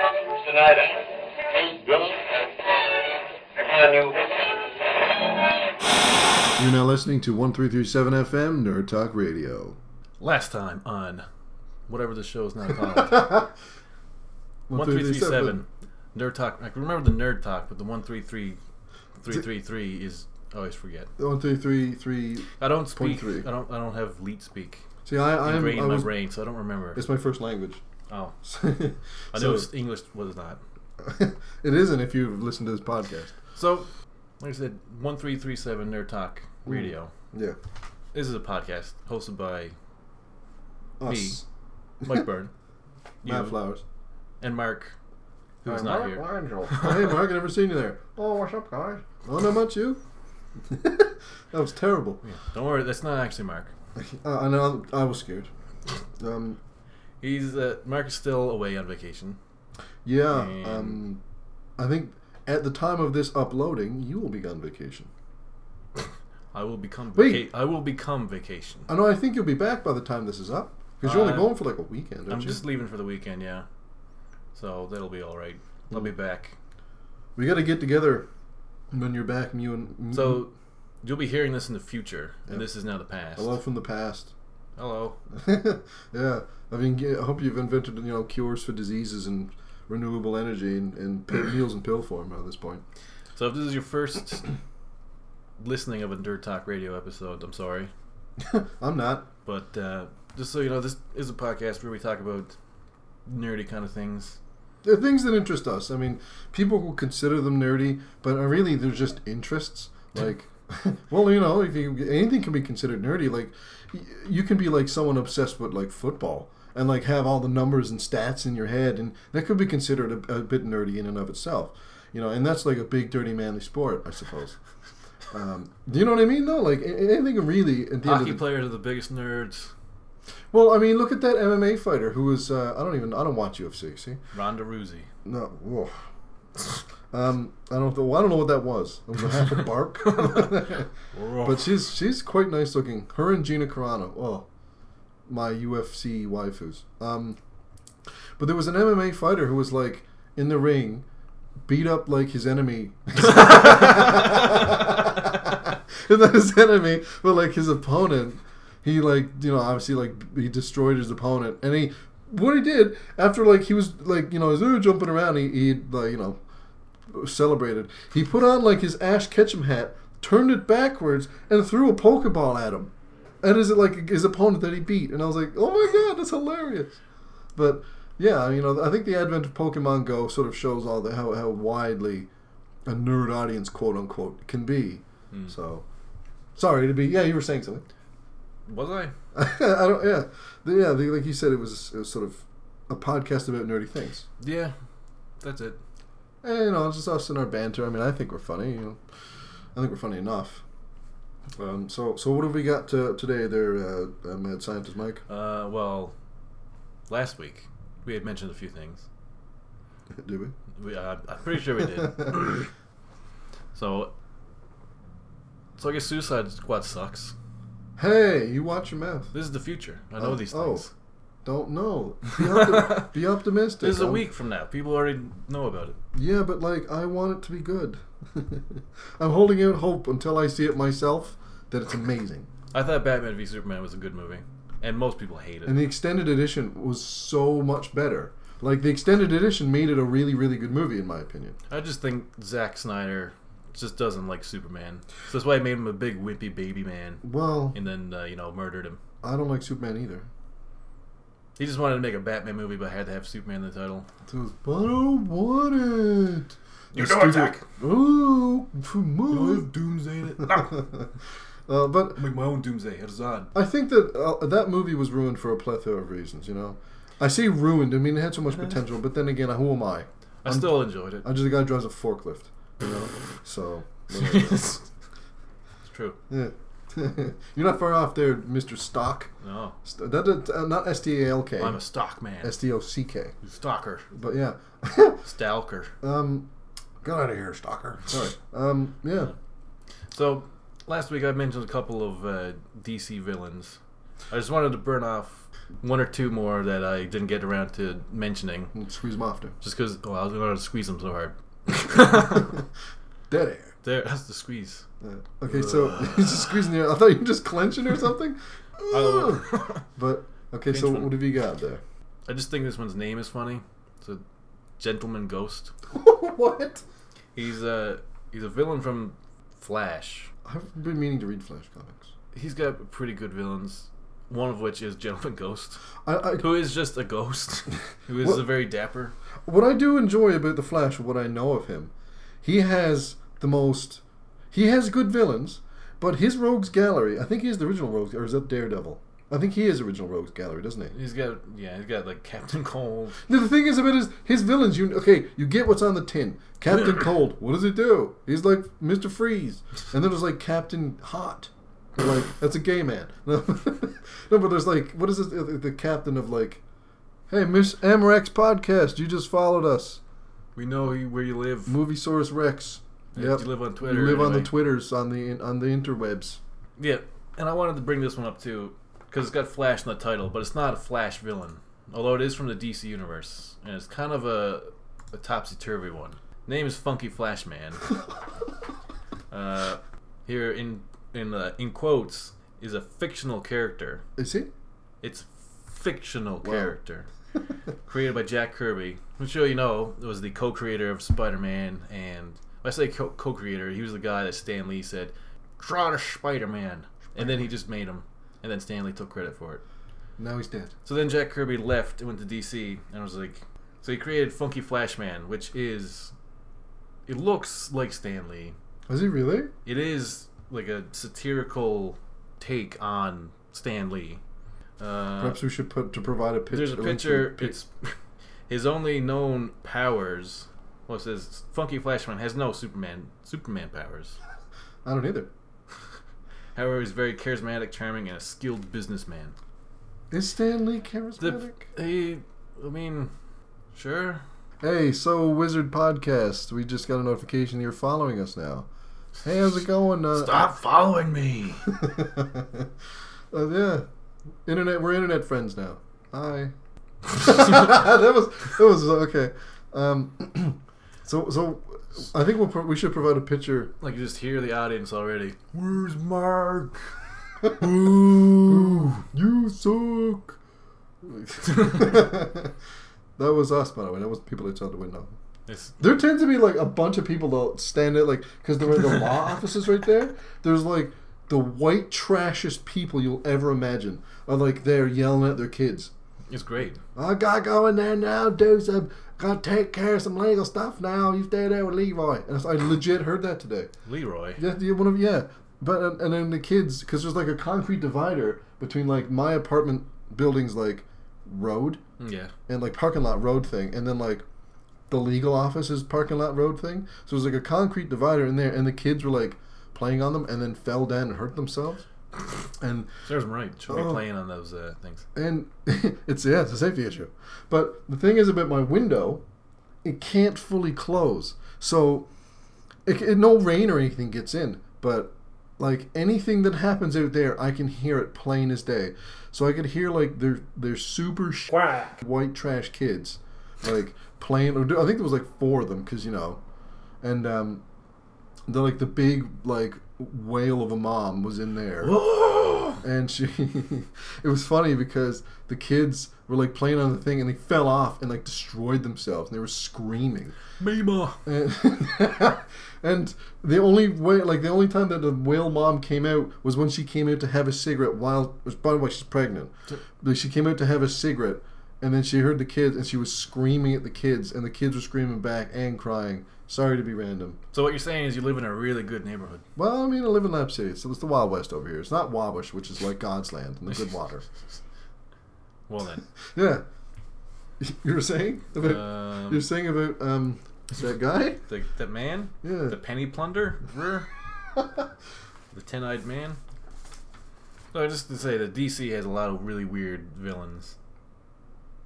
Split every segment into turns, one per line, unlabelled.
tonight, I Dylan, I knew.
You're now listening to 1337 FM Nerd Talk Radio.
Last time on whatever the show is now called.
1337.
One three three seven. Nerd talk. I can remember the nerd talk, but the one three three three three three is I always forget.
1333.
I don't speak.
three.
I don't. I don't have leet speak
See, I, I'm,
ingrained
I
in my
was,
brain, so I don't remember.
it's my first language.
Oh,
so,
I know it's English was not.
it isn't if you've listened to this podcast.
So, like I said, one three three seven nerd talk
Hmm.
radio.
Mm. Yeah.
This is a podcast hosted by
Us.
Mike Byrne,
Matt
you,
Flowers.
and Mark, who's
I'm
not
Mark
here.
Langell.
hey, Mark, I've never seen you there.
oh, what's up, guys?
Oh, not much, you? that was terrible.
Yeah, Don't worry, that's not actually Mark.
Uh, I know, I was scared. Um,
He's uh, Mark is still away on vacation.
yeah,
And-
um, I think at the time of this uploading, you will be on vacation.
I will become
Wait.
vaca- I will become vacation.
I know. I think you'll be back by the time this is up because you're
Uh,
only going for like a weekend. Aren't
I'm
you?
just leaving for the weekend, yeah. So that'll be all right. I'll
Mm.
be back.
Mm-hmm. We got to get together when you're back, and you and
So you'll be hearing this in the future,
Yeah.
and this is now the past.
I love from the past.
Hello.
yeah, I mean, g- I hope you've invented you know cures for diseases and renewable energy and, and pill, meals in pill form at this point.
So if this is your first listening of a Dirt Talk Radio episode, I'm sorry,
I'm not.
but uh, just so you know, this is a podcast where we talk about nerdy kind of things.
They're things that interest us. I mean, people will consider them nerdy, but are really they're just interests. Like, well, you know, if you anything can be considered nerdy, like y- you can be like someone obsessed with like football and like have all the numbers and stats in your head, and that could be considered a, a bit nerdy in and of itself. You know, and that's like a big, dirty, manly sport, I suppose. Um, do you know what I mean? though? like a- anything really. At the end of
Hockey
the,
players are the biggest nerds.
well, I mean, look at that MMA fighter who was. Uh, I don't even. I don't watch UFC. See.
Ronda Rousey.
No. whoa. Um, I don't. Know, well, I don't know what that was. It was a half a bark. but she's she's quite nice looking. Her and Gina Carano. Oh, my UFC waifus. Um, but there was an MMA fighter who was like in the ring, beat up like his enemy. and then his enemy, but like his opponent, he like you know obviously like he destroyed his opponent, and he what he did after like he was like you know he was "Ooh," jumping around, he he like you know celebrated. He put on like his Ash Ketchum hat, turned it backwards, and threw a pokeball at him. And is it like his opponent that he beat? And I was like, oh my god, that's hilarious. But yeah, you know, I think the advent of Pokemon Go sort of shows all the how, how widely a nerd audience, quote unquote, can be.
Hmm.
So sorry to be. Yeah, you were saying something.
Was I?
I don't. Yeah, The- yeah. the- Like you said, it was, it was sort of a podcast about nerdy things.
Yeah. That's it.
Eh, you know, it's just us and our banter. I mean, I think we're funny. You know, I think we're funny enough. Um, so, so what have we got to, today, there, uh, uh, Mad Scientist Mike?
Uh, well, last week we had mentioned a few things.
Do we?
We, uh, I'm pretty sure we did. so, so I guess Suicide Squad sucks.
hey, you watch your mouth.
This is the future. I know
Oh,
these
oh.
things.
Don't know. Be, opti- be optimistic.
This is a
I'm-
week from now. People already know about it.
Yeah, but like, I want it to be good. I'm holding out hope until I see it myself that it's amazing.
I thought Batman v Superman was a good movie, and most people hate it.
And the extended edition was so much better. Like the extended edition made it a really, really good movie, in my opinion.
I just think Zack Snyder just doesn't like Superman. So that's why I made him a big wimpy baby man,
Well,
and then uh, you know murdered him.
I don't like Superman either.
He just wanted to make a Batman movie, but had to have Superman in the title.
It was, but I don't want it.
You
The
know it,
stupid-
Zach.
Oh, move.
Doomsday in it.
uh, but
make my own Doomsday. It's odd.
I think that uh, that movie was ruined for a plethora of reasons. You know, I say ruined. I mean, it had so much potential, but then again, who am I?
I still enjoyed it.
I'm just a guy who drives a forklift. You know, so whatever.
it's true.
yeah. you're not far off there, Mister Stock.
No,
St- that, that- uh, not S T A L K.
I'm a stock man,
S T O C K.
stalker,
But yeah,
stalker.
um, get out of here, stalker. Sorry. Um, yeah.
So last week I mentioned a couple of uh, DC villains. I just wanted to burn off one or two more that I didn't get around to mentioning,
and squeeze them off there.
just because oh, I was going to squeeze them so hard.
Dead air.
there, that's the squeeze.
Yeah. Okay, so he's just squeezing the air. I thought you were just clenching or something.
I,
but okay, so
Pinch one.
what have you got there?
I just think this one's name is funny. It's a gentleman ghost.
what?
He's a he's a villain from Flash.
I've been meaning to read Flash comics.
He's got pretty good villains. One of which is Gentleman Ghost,
I, I
who is just a ghost, who is
What-
a very dapper.
what I do enjoy about the Flash, what I know of him, he has the most. He has good villains, but his Rogues Gallery. I think he is the original Rogues, or is that Daredevil? I think he is original Rogues Gallery, doesn't he?
He's got yeah, he's got like Captain Cold.
No, the thing is about his his villains. You okay? You get what's on the tin. Captain Cold. What does he do? He's like Mister Freeze, and then there's like Captain Hot. You're like that's a gay man. No, no, but there's like what is it? The, the captain of like, hey, Miss Amrex podcast. You just followed us.
We know you- where you live.
Movie Source Rex.
If
Yep.
you live on Twitter.
You live on the
anyway.
Twitters on the on the interwebs.
Yeah, and I wanted to bring this one up too because it's got Flash in the title, but it's not a Flash villain, although it is from the DC universe, and it's kind of a, a topsy turvy one. Name is Funky Flash Man. uh, here in in uh, in quotes is a fictional character.
Is he?
It's fictional character created by Jack Kirby, which you know was the co-creator of Spider-Man. And when I say co- co-creator, he was the guy that Stan Lee said, "Draw to Spider-Man," and then he just made him, and then Stan Lee took credit for it.
now he's dead.
So then Jack Kirby left and went to DC, and was like, so he created Funky Flashman, which is, it looks like Stan Lee.
Is he really?
It is like a satirical take on Stan Lee. Uh,
Perhaps we should put to provide a picture.
there's a picture. It's his only known powers. Well, it says Funky Flashman has no Superman Superman powers.
I don't either.
However, he's very charismatic, charming, and a skilled businessman.
Is Stan Lee
The,
charismatic?
he, I mean, sure.
Hey, so Wizard Podcast, we just got a notification you're following us now. Hey, how's it going? Uh,
Stop following me.
uh, yeah, internet. We're internet friends now. Hi. that was that was uh, okay. Um, so so, I think we'll pro- we should provide a picture.
like you just hear the audience already. Where's Mark?
Ooh, you suck. that was us, by the way. That was people outside the window.
It's,
There tends to be like a bunch of people that stand at like because there were the law offices right there. There's like the white trashest people you'll ever imagine are like there yelling at their kids.
it's great.
I gotta go in there now, do some, gotta take care of some legal stuff now. You stay there with Leroy. And I legit heard that today.
Leroy.
Yeah, the- one of yeah, but and, and then the kids because there's like a concrete divider between like my apartment building's like road
Hmm, Yeah.
and like parking lot road thing, and then like the legal office's parking lot road thing. So it was like a concrete divider in there, and the kids were like playing on them, and then fell down and hurt themselves. And
Serves him right. Should be
Oh.
playing on those uh, things.
and it's yeah, it's a safety issue. But the thing is about my window, it can't fully close, so it, it, no rain or anything gets in. But like anything that happens out there, I can hear it plain as day. So I could hear like their their super sh- white trash kids, like playing. Or do- I think there was like four of them because you know, and um, the like the big like whale of a mom was in there and she it was funny because the kids were like playing on the thing and they fell off and like destroyed themselves and they were screaming
Mima.
and, and the only way like the only time that the whale mom came out was when she came out to have a cigarette while which, by the way she's pregnant Like, she came out to have a cigarette and then she heard the kids and she was screaming at the kids and the kids were screaming back and crying sorry to be random
So what you're saying is you live in a really good neighborhood.
well i mean i live in lab city so it's the wild west over here it's not wabash which is like god's land and the good water
Well then.
Yeah. You were saying about
Um,
you're saying about um that guy?
The, the man?
Yeah.
The penny plunderer? the ten eyed man? So just to say that DC has a lot of really weird villains.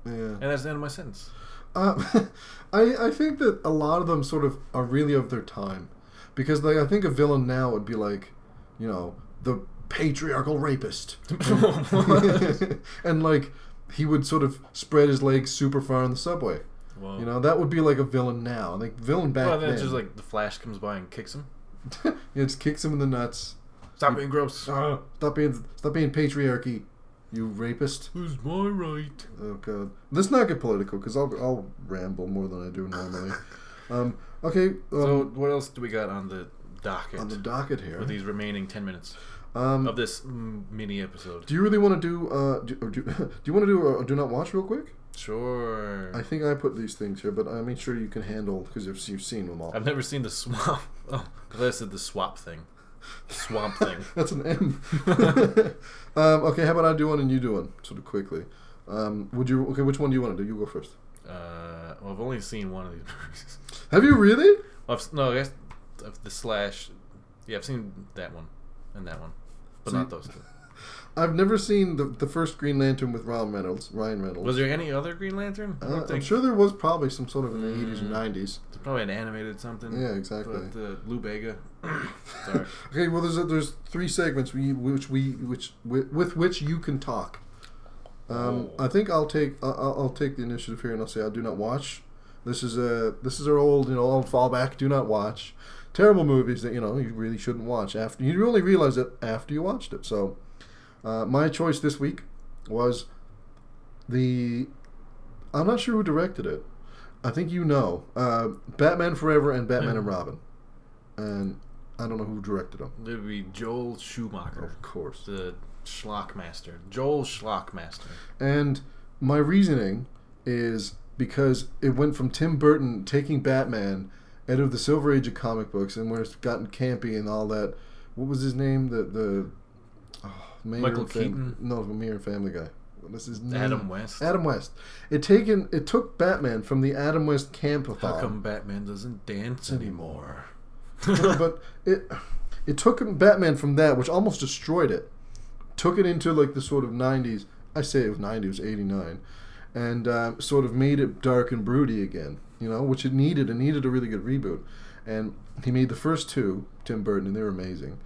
Yeah.
And that's the end of my sentence.
Uh, I I think that a lot of them sort of are really of their time, because like I think a villain now would be like, you know, the patriarchal rapist, and like he would sort of spread his legs super far on the subway.
Well,
You know, that would be like a villain now. Like villain back
well, then
then.
it's just like the Flash comes by and kicks him.
yeah, just kicks him in the nuts.
Stop being gross.
Uh, Stop being stop being patriarchy, you rapist.
Who's my right?
Oh god. Let's not get political because I'll I'll ramble more than I do normally. um, okay. Um,
So what else do we got on the docket
on the docket here.
for these remaining ten minutes
um,
of this mm, mini episode?
do you really want to do uh do, or do, do you want to do a do not watch real quick?
Sure.
I think I put these things here, but I mean, sure you can handle because you've, you've seen them all.
I've never seen the swamp. Oh, I thought I said the swap thing. Swamp thing.
That's an M. um, okay, how about I do one and you do one, sort of quickly. Um, would you? Okay, which one do you want to do? You go first.
Uh, well, I've only seen one of these movies.
Have you really?
Well, I've, s- no, I guess of the slash. Yeah, I've seen that one and that one, but
So
not
you-
those two.
I've never seen the, the first Green Lantern with Ryan Reynolds. Ryan Reynolds.
Was there any other Green Lantern? I
Uh, I'm sure there was probably some sort of in the 80s and 90s.
It's probably an animated something.
Yeah, exactly.
But uh, Lou Bega. Sorry.
Okay, well, there's a, there's three segments we, which we which with, with which you can talk. Um,
Oh.
I think I'll take I- I'll, I'll take the initiative here and I'll say I do not watch. This is a this is our old you know old fallback. Do not watch terrible movies that you know you really shouldn't watch after you only realize it after you watched it. So uh, my choice this week was the I'm not sure who directed it. I think you know uh, Batman Forever and Batman
Yeah.
and Robin, and I don't know who directed them.
It would be Joel Schumacher,
Of course.
the Schlockmaster. Joel Schlockmaster.
And my reasoning is because it went from Tim Burton taking Batman out of the Silver Age of comic books and where it's gotten campy and all that. What was his name? The the oh, Mayer
Michael
and Fam-
Keaton?
No, the Mayor and Family Guy. What is his name?
Adam West.
Adam West. It taken it took Batman from the Adam West campathon.
How come Batman doesn't dance anymore?
but it it took him- Batman from that, which almost destroyed it, took it into like the sort of '90s. I say it was '90s, it was '89, and uh, sort of made it dark and broody again. You know, which it needed. It needed a really good reboot, and he made the first two, Tim Burton, and they were amazing.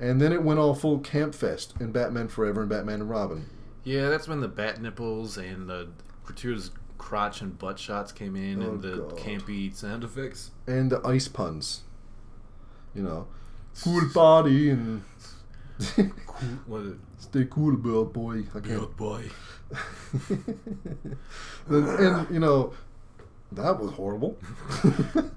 And then it went all full camp fest in Batman Forever and Batman and Robin.
yeah, that's when the bat nipples and the gratuitous crotch and butt shots came in,
Oh,
and the
God.
campy sound effects.
and the ice puns. You know, cool body and
Cool, what a
stay cool, bird boy. I can't.
good boy.
and, and, you know, that was horrible.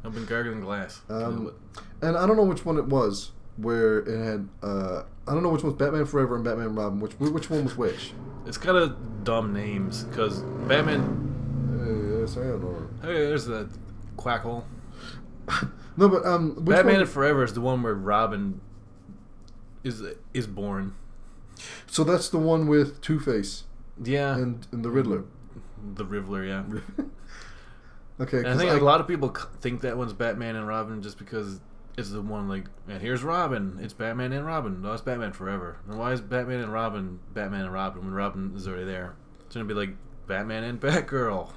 I've been gargling glass.
Um,
Kill it.
and I don't know which one it was where it had. Uh, I don't know which one was Batman Forever and Batman and Robin. Which which one was which?
It's kind of dumb names because Batman.
Uh, sorry, I don't know.
Hey, there's the quackle.
No, but um, which
Batman
one-
Forever is the one where Robin is is born.
so that's the one with Two Face
Yeah,
and, and the Riddler.
the Riddler. Yeah,
Okay,
and I
'cause
think a lot of people c- think that one's Batman and Robin just because it's the one like, and here's Robin. It's Batman and Robin. No, it's Batman Forever. And why is Batman and Robin Batman and Robin when Robin is already there? It's gonna be like Batman and Batgirl.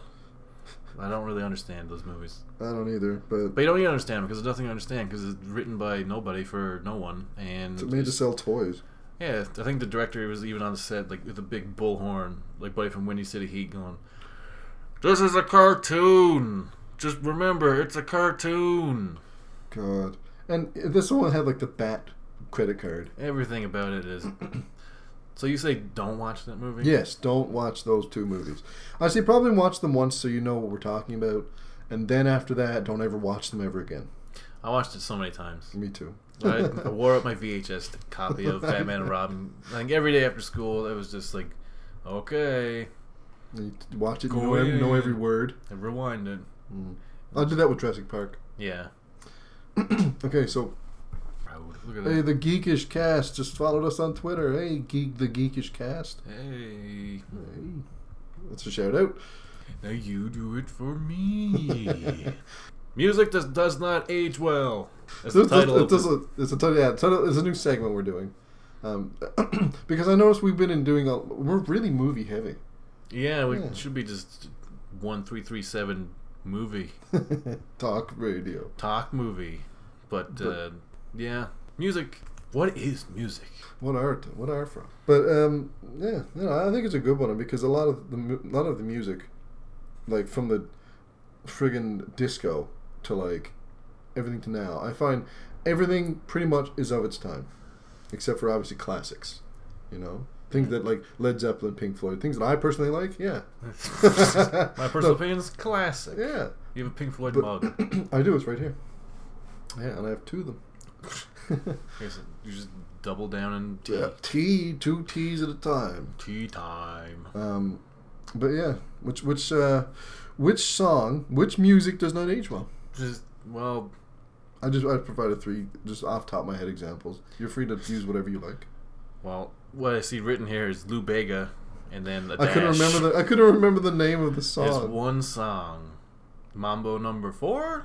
I don't really understand those movies.
I don't either, but,
But you don't even understand because there's nothing to understand because it's written by nobody for no one. And
it made to sell toys.
yeah, I think the director was even on the set like with a big bullhorn, like buddy from Windy City Heat, going, "This is a cartoon. Just remember, it's a cartoon.
God. And this one had like the bat credit card.
Everything about it is." so you say don't watch that movie?
Yes, don't watch those two movies. I say probably watch them once so you know what we're talking about, and then after that, don't ever watch them ever again.
I watched it so many times.
Me too.
I, I wore up my VHS copy of Batman and Robin. Like every day after school, it was just like, okay,
You t- watch it, you
Go
know, every, know
in.
every word.
I rewind it.
I did that with Jurassic Park.
Yeah.
Okay, so
Proud. Look at
hey,
that.
the Geekish Cast just followed us on Twitter. Hey, Geek the Geekish Cast.
Hey,
Hey, that's a shout out.
now you do it for me. Music does, does not age well. That's the
It's a,
title. of
it's,
this-
a, it's a title. Yeah, title, it's a new segment we're doing. Um, because I noticed we've been in doing a. We're really movie heavy.
yeah, we
Yeah.
should be just one three three seven movie
Talk radio.
talk movie, but, uh, yeah, music What is music?
what art, what art from. But um, yeah, you know, I think it's a good one because a lot of the mu- lot of the music, like from the friggin' disco to like everything to now, I find everything pretty much is of its time, except for obviously classics. You know,
Mm.
things that like Led Zeppelin, Pink Floyd, things that I personally like. Yeah,
My personal
No.
opinion is classic.
yeah,
You have a Pink Floyd
But-
mug.
I do. It's right here. Yeah, and I have two of them.
Here's- You just double down and tea.
yeah, T two T's at a time.
Tea time.
Um, but yeah, which which uh, which song, which music does not age well?
Just well,
I just I provided three just off top of my head examples. You're free to use whatever you like.
well, what I see written here is Lou Bega, and then I
I couldn't remember the I couldn't remember the name of the
It's
song.
one song, Mambo Number Four,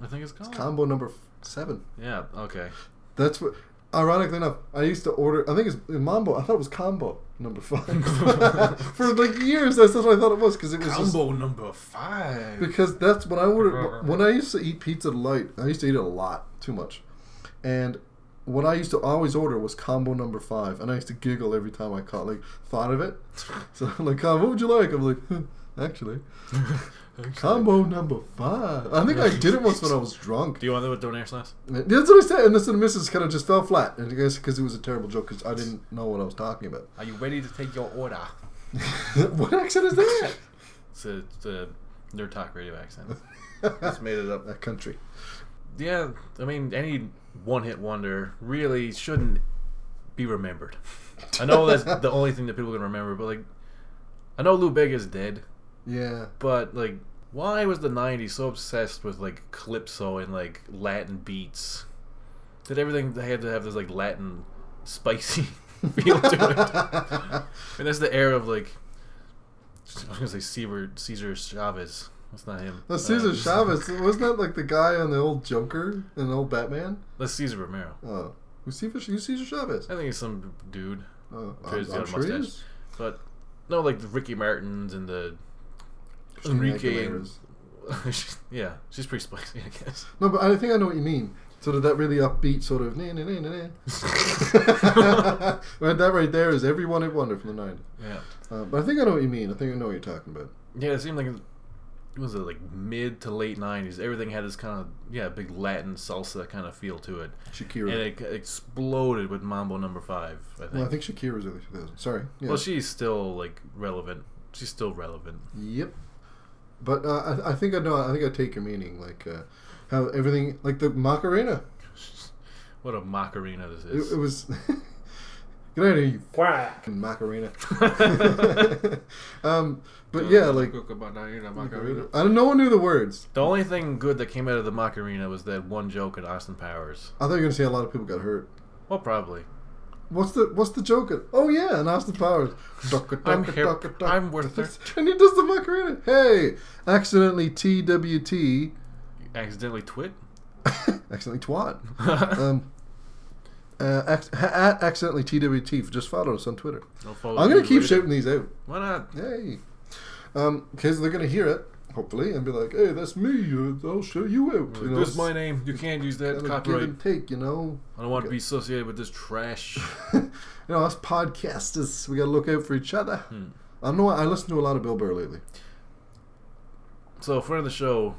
I think it's called.
Combo number f- seven.
yeah. Okay.
That's what. Ironically enough, I used to order. I think it's Mambo. I thought it was Combo number five for like years. That's what I thought it was because it was just-
Mambo Number Five.
Because that's when I ordered. When I used to eat pizza light, I used to eat it a lot, too much, and what I used to always order was combo number five, and I used to giggle every time I caught like thought of it. So I'm like, "Con, what would you like? I'm like, "Hmm, actually, combo number five. I think I did it once when I was drunk.
Do you want that with Donair Slash?
That's what I said, and this and missus kind of just fell flat, and I guess because it was a terrible joke because I didn't know what I was talking about.
Are you ready to take your order?
what accent is that?
It's a, it's a nerd talk radio accent.
Just made it up. That country.
yeah, I mean, any one-hit wonder really shouldn't be remembered. I know that's the only thing that people can remember, but like, I know Lou Bega's dead,
Yeah.
but like, why was the '90s so obsessed with like calypso and like Latin beats? Did everything they had to have this like Latin spicy feel to it? And that's the era of like, I was gonna say Caesar, Caesar Chavez. That's not him.
That's Cesar
Uh,
Chavez. Wasn't that like the guy on the old Joker and the old Batman?
That's Caesar Romero.
Oh. Who's Cesar, who's Cesar Chavez?
I think it's some dude.
Oh, I'm,
Crazy
I'm
old
sure he
mustache.
is.
But no, like the Ricky Martins and the
Christina
Enrique.
Aguilera's.
yeah, she's pretty spicy, I guess.
No, but I think I know what you mean. Sort of that really upbeat sort of. Nah, nah, nah, nah, nah. Right, that right there is every one hit wonder from the 90s.
Yeah,
Uh, but I think I know what you mean. I think I know what you're talking about.
yeah. It seemed like it was it like mid to late '90s. Everything had this kind of yeah, big Latin salsa kind of feel to it,
Shakira.
and it exploded with Mambo Number Five. I think.
well, I think Shakira's early 2000s. Sorry. Yeah.
Well, she's still like relevant. She's still relevant.
Yep. But uh, I, I think I know. I think I take your meaning. Like uh, how everything, like the Macarena.
What a macarena this
It,
is.
it was. Good idea, you
Why?
fucking Macarena. um, but yeah, like I don't. No one knew the words.
The only thing good that came out of the Macarena was that one joke at Austin Powers.
I thought you were gonna say a lot of people got hurt.
Well, probably.
What's the What's the joke? at- Oh yeah, and Austin Powers. Ducka,
I'm
ducka,
hip.
ducka, duck.
I'm worth it.
And he does the Macarena. Hey, accidentally TWT,
Accidentally twit?
accidentally twat. Um, uh, ac- ha- at accidentally TWT. Just followed us on Twitter.
No follow
I'm gonna
Oh, you
keep
later.
shaping these out.
Why not?
Hey. Um, because they're gonna hear it, hopefully, and be like, "Hey, that's me. uh, I'll show you out." You know,
this is my name. You can't use that.
kind of
Copyright.
give and take, you know.
I don't want to be associated with this trash.
you know, us podcasters, we gotta look out for each other.
Hmm.
I know. I listen to a lot of Bill Burr lately.
so, a friend of the show,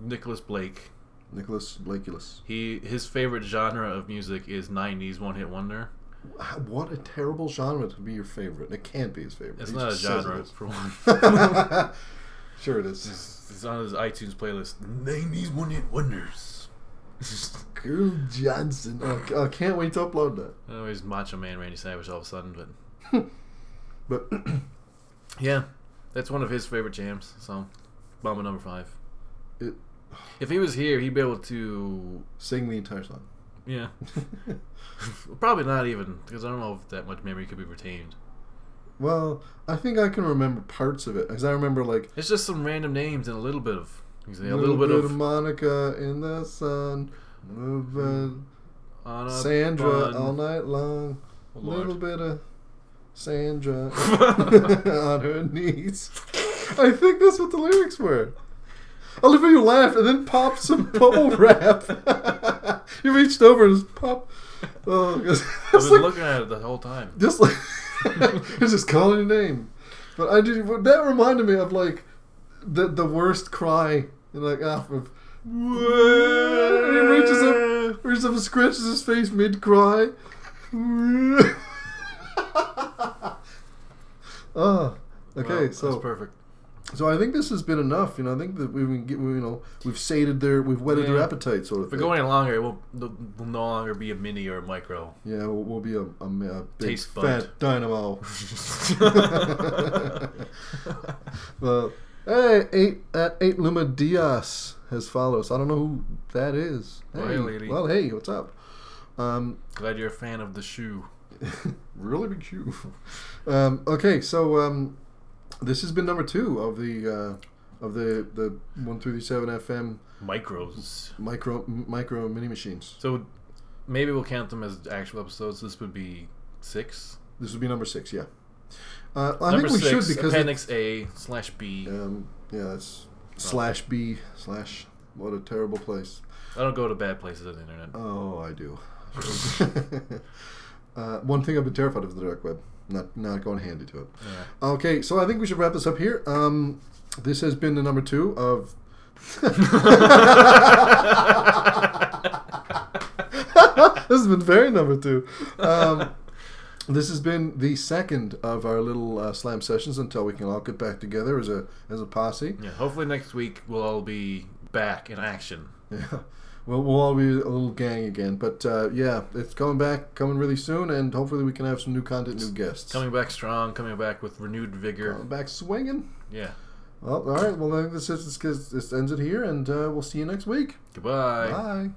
Nicholas Blake,
Nicholas Blakulus.
he his favorite genre of music is 90s one hit wonder.
What a terrible genre to be your favorite. It can't be his favorite.
It's
He
not a
just says
genre,
it
for one.
is. sure it is.
it's on his iTunes playlist 90s one hit wonders.
Girl Johnson. Oh, I can't wait to upload that.
Oh, he's Macho Man Randy Savage all of a sudden, but
But
yeah, that's one of his favorite jams. So, Mama number five.
it,
If he was here, he'd be able to,
sing the entire song.
yeah, probably not even because I don't know if that much memory could be retained.
Well, I think I can remember parts of it because I remember like
It's just some random names and a little bit of, you say,
a
a little bit of Hmm.
Monica in the sun, moving
on a
Sandra
bun.
all night long, a
Oh,
little
Lord.
bit of Sandra on her knees. I think that's what the lyrics were. I love how you laughed and then popped some bubble wrap. he reached over and just pop. Oh, it's
I've been
like,
looking at it the whole time.
just like it's just calling your name. But I did but that reminded me of like the the worst cry you know, like off of he reaches up reaches up and scratches his face mid cry. Ah,
Well,
okay,
that's
so
perfect.
so I think this has been enough. You know, I think that we've been, get- we- you know we've sated their we've whetted their
Yeah.
appetite, sort of
If we
thing.
go any longer, it will, will no longer be a mini or a micro.
yeah, we'll, we'll be a, a, a big
Taste bud.
fat dynamo.
That's
Well, hey, eight at eight Luma Diaz has followed us. I don't know who that is. Hey,
Well, hey, lady.
Well, hey, what's up? Um,
Glad you're a fan of the shoe.
really big shoe. Um, okay, so um, this has been number two of the uh, of the the one through seven FM
Micros.
micro m- micro mini machines.
So maybe we'll count them as actual episodes. This would be six.
This would be number six. Yeah, uh, I
Number
think we
six,
should because it-
appendix A slash B.
um, yeah, that's slash B slash what a terrible place.
I don't go to bad places on the internet.
Oh, I do. uh, one thing I've been terrified of is the dark web. Not not going handy to it.
Yeah.
Okay, so I think we should wrap this up here. Um, this has been the number two of. this has been very number two. Um, this has been the second of our little uh, slam sessions until we can all get back together as a as a posse.
Yeah, hopefully next week we'll all be back in action.
Yeah. Well, we'll all be a little gang again. But uh, yeah, it's coming back, coming really soon, and hopefully we can have some new content, new guests.
Coming back strong, coming back with renewed vigor.
Coming back swinging.
Yeah.
Well, all right. Well, I think this, is, this, this ends it here, and uh, we'll see you next week.
Goodbye.
Bye.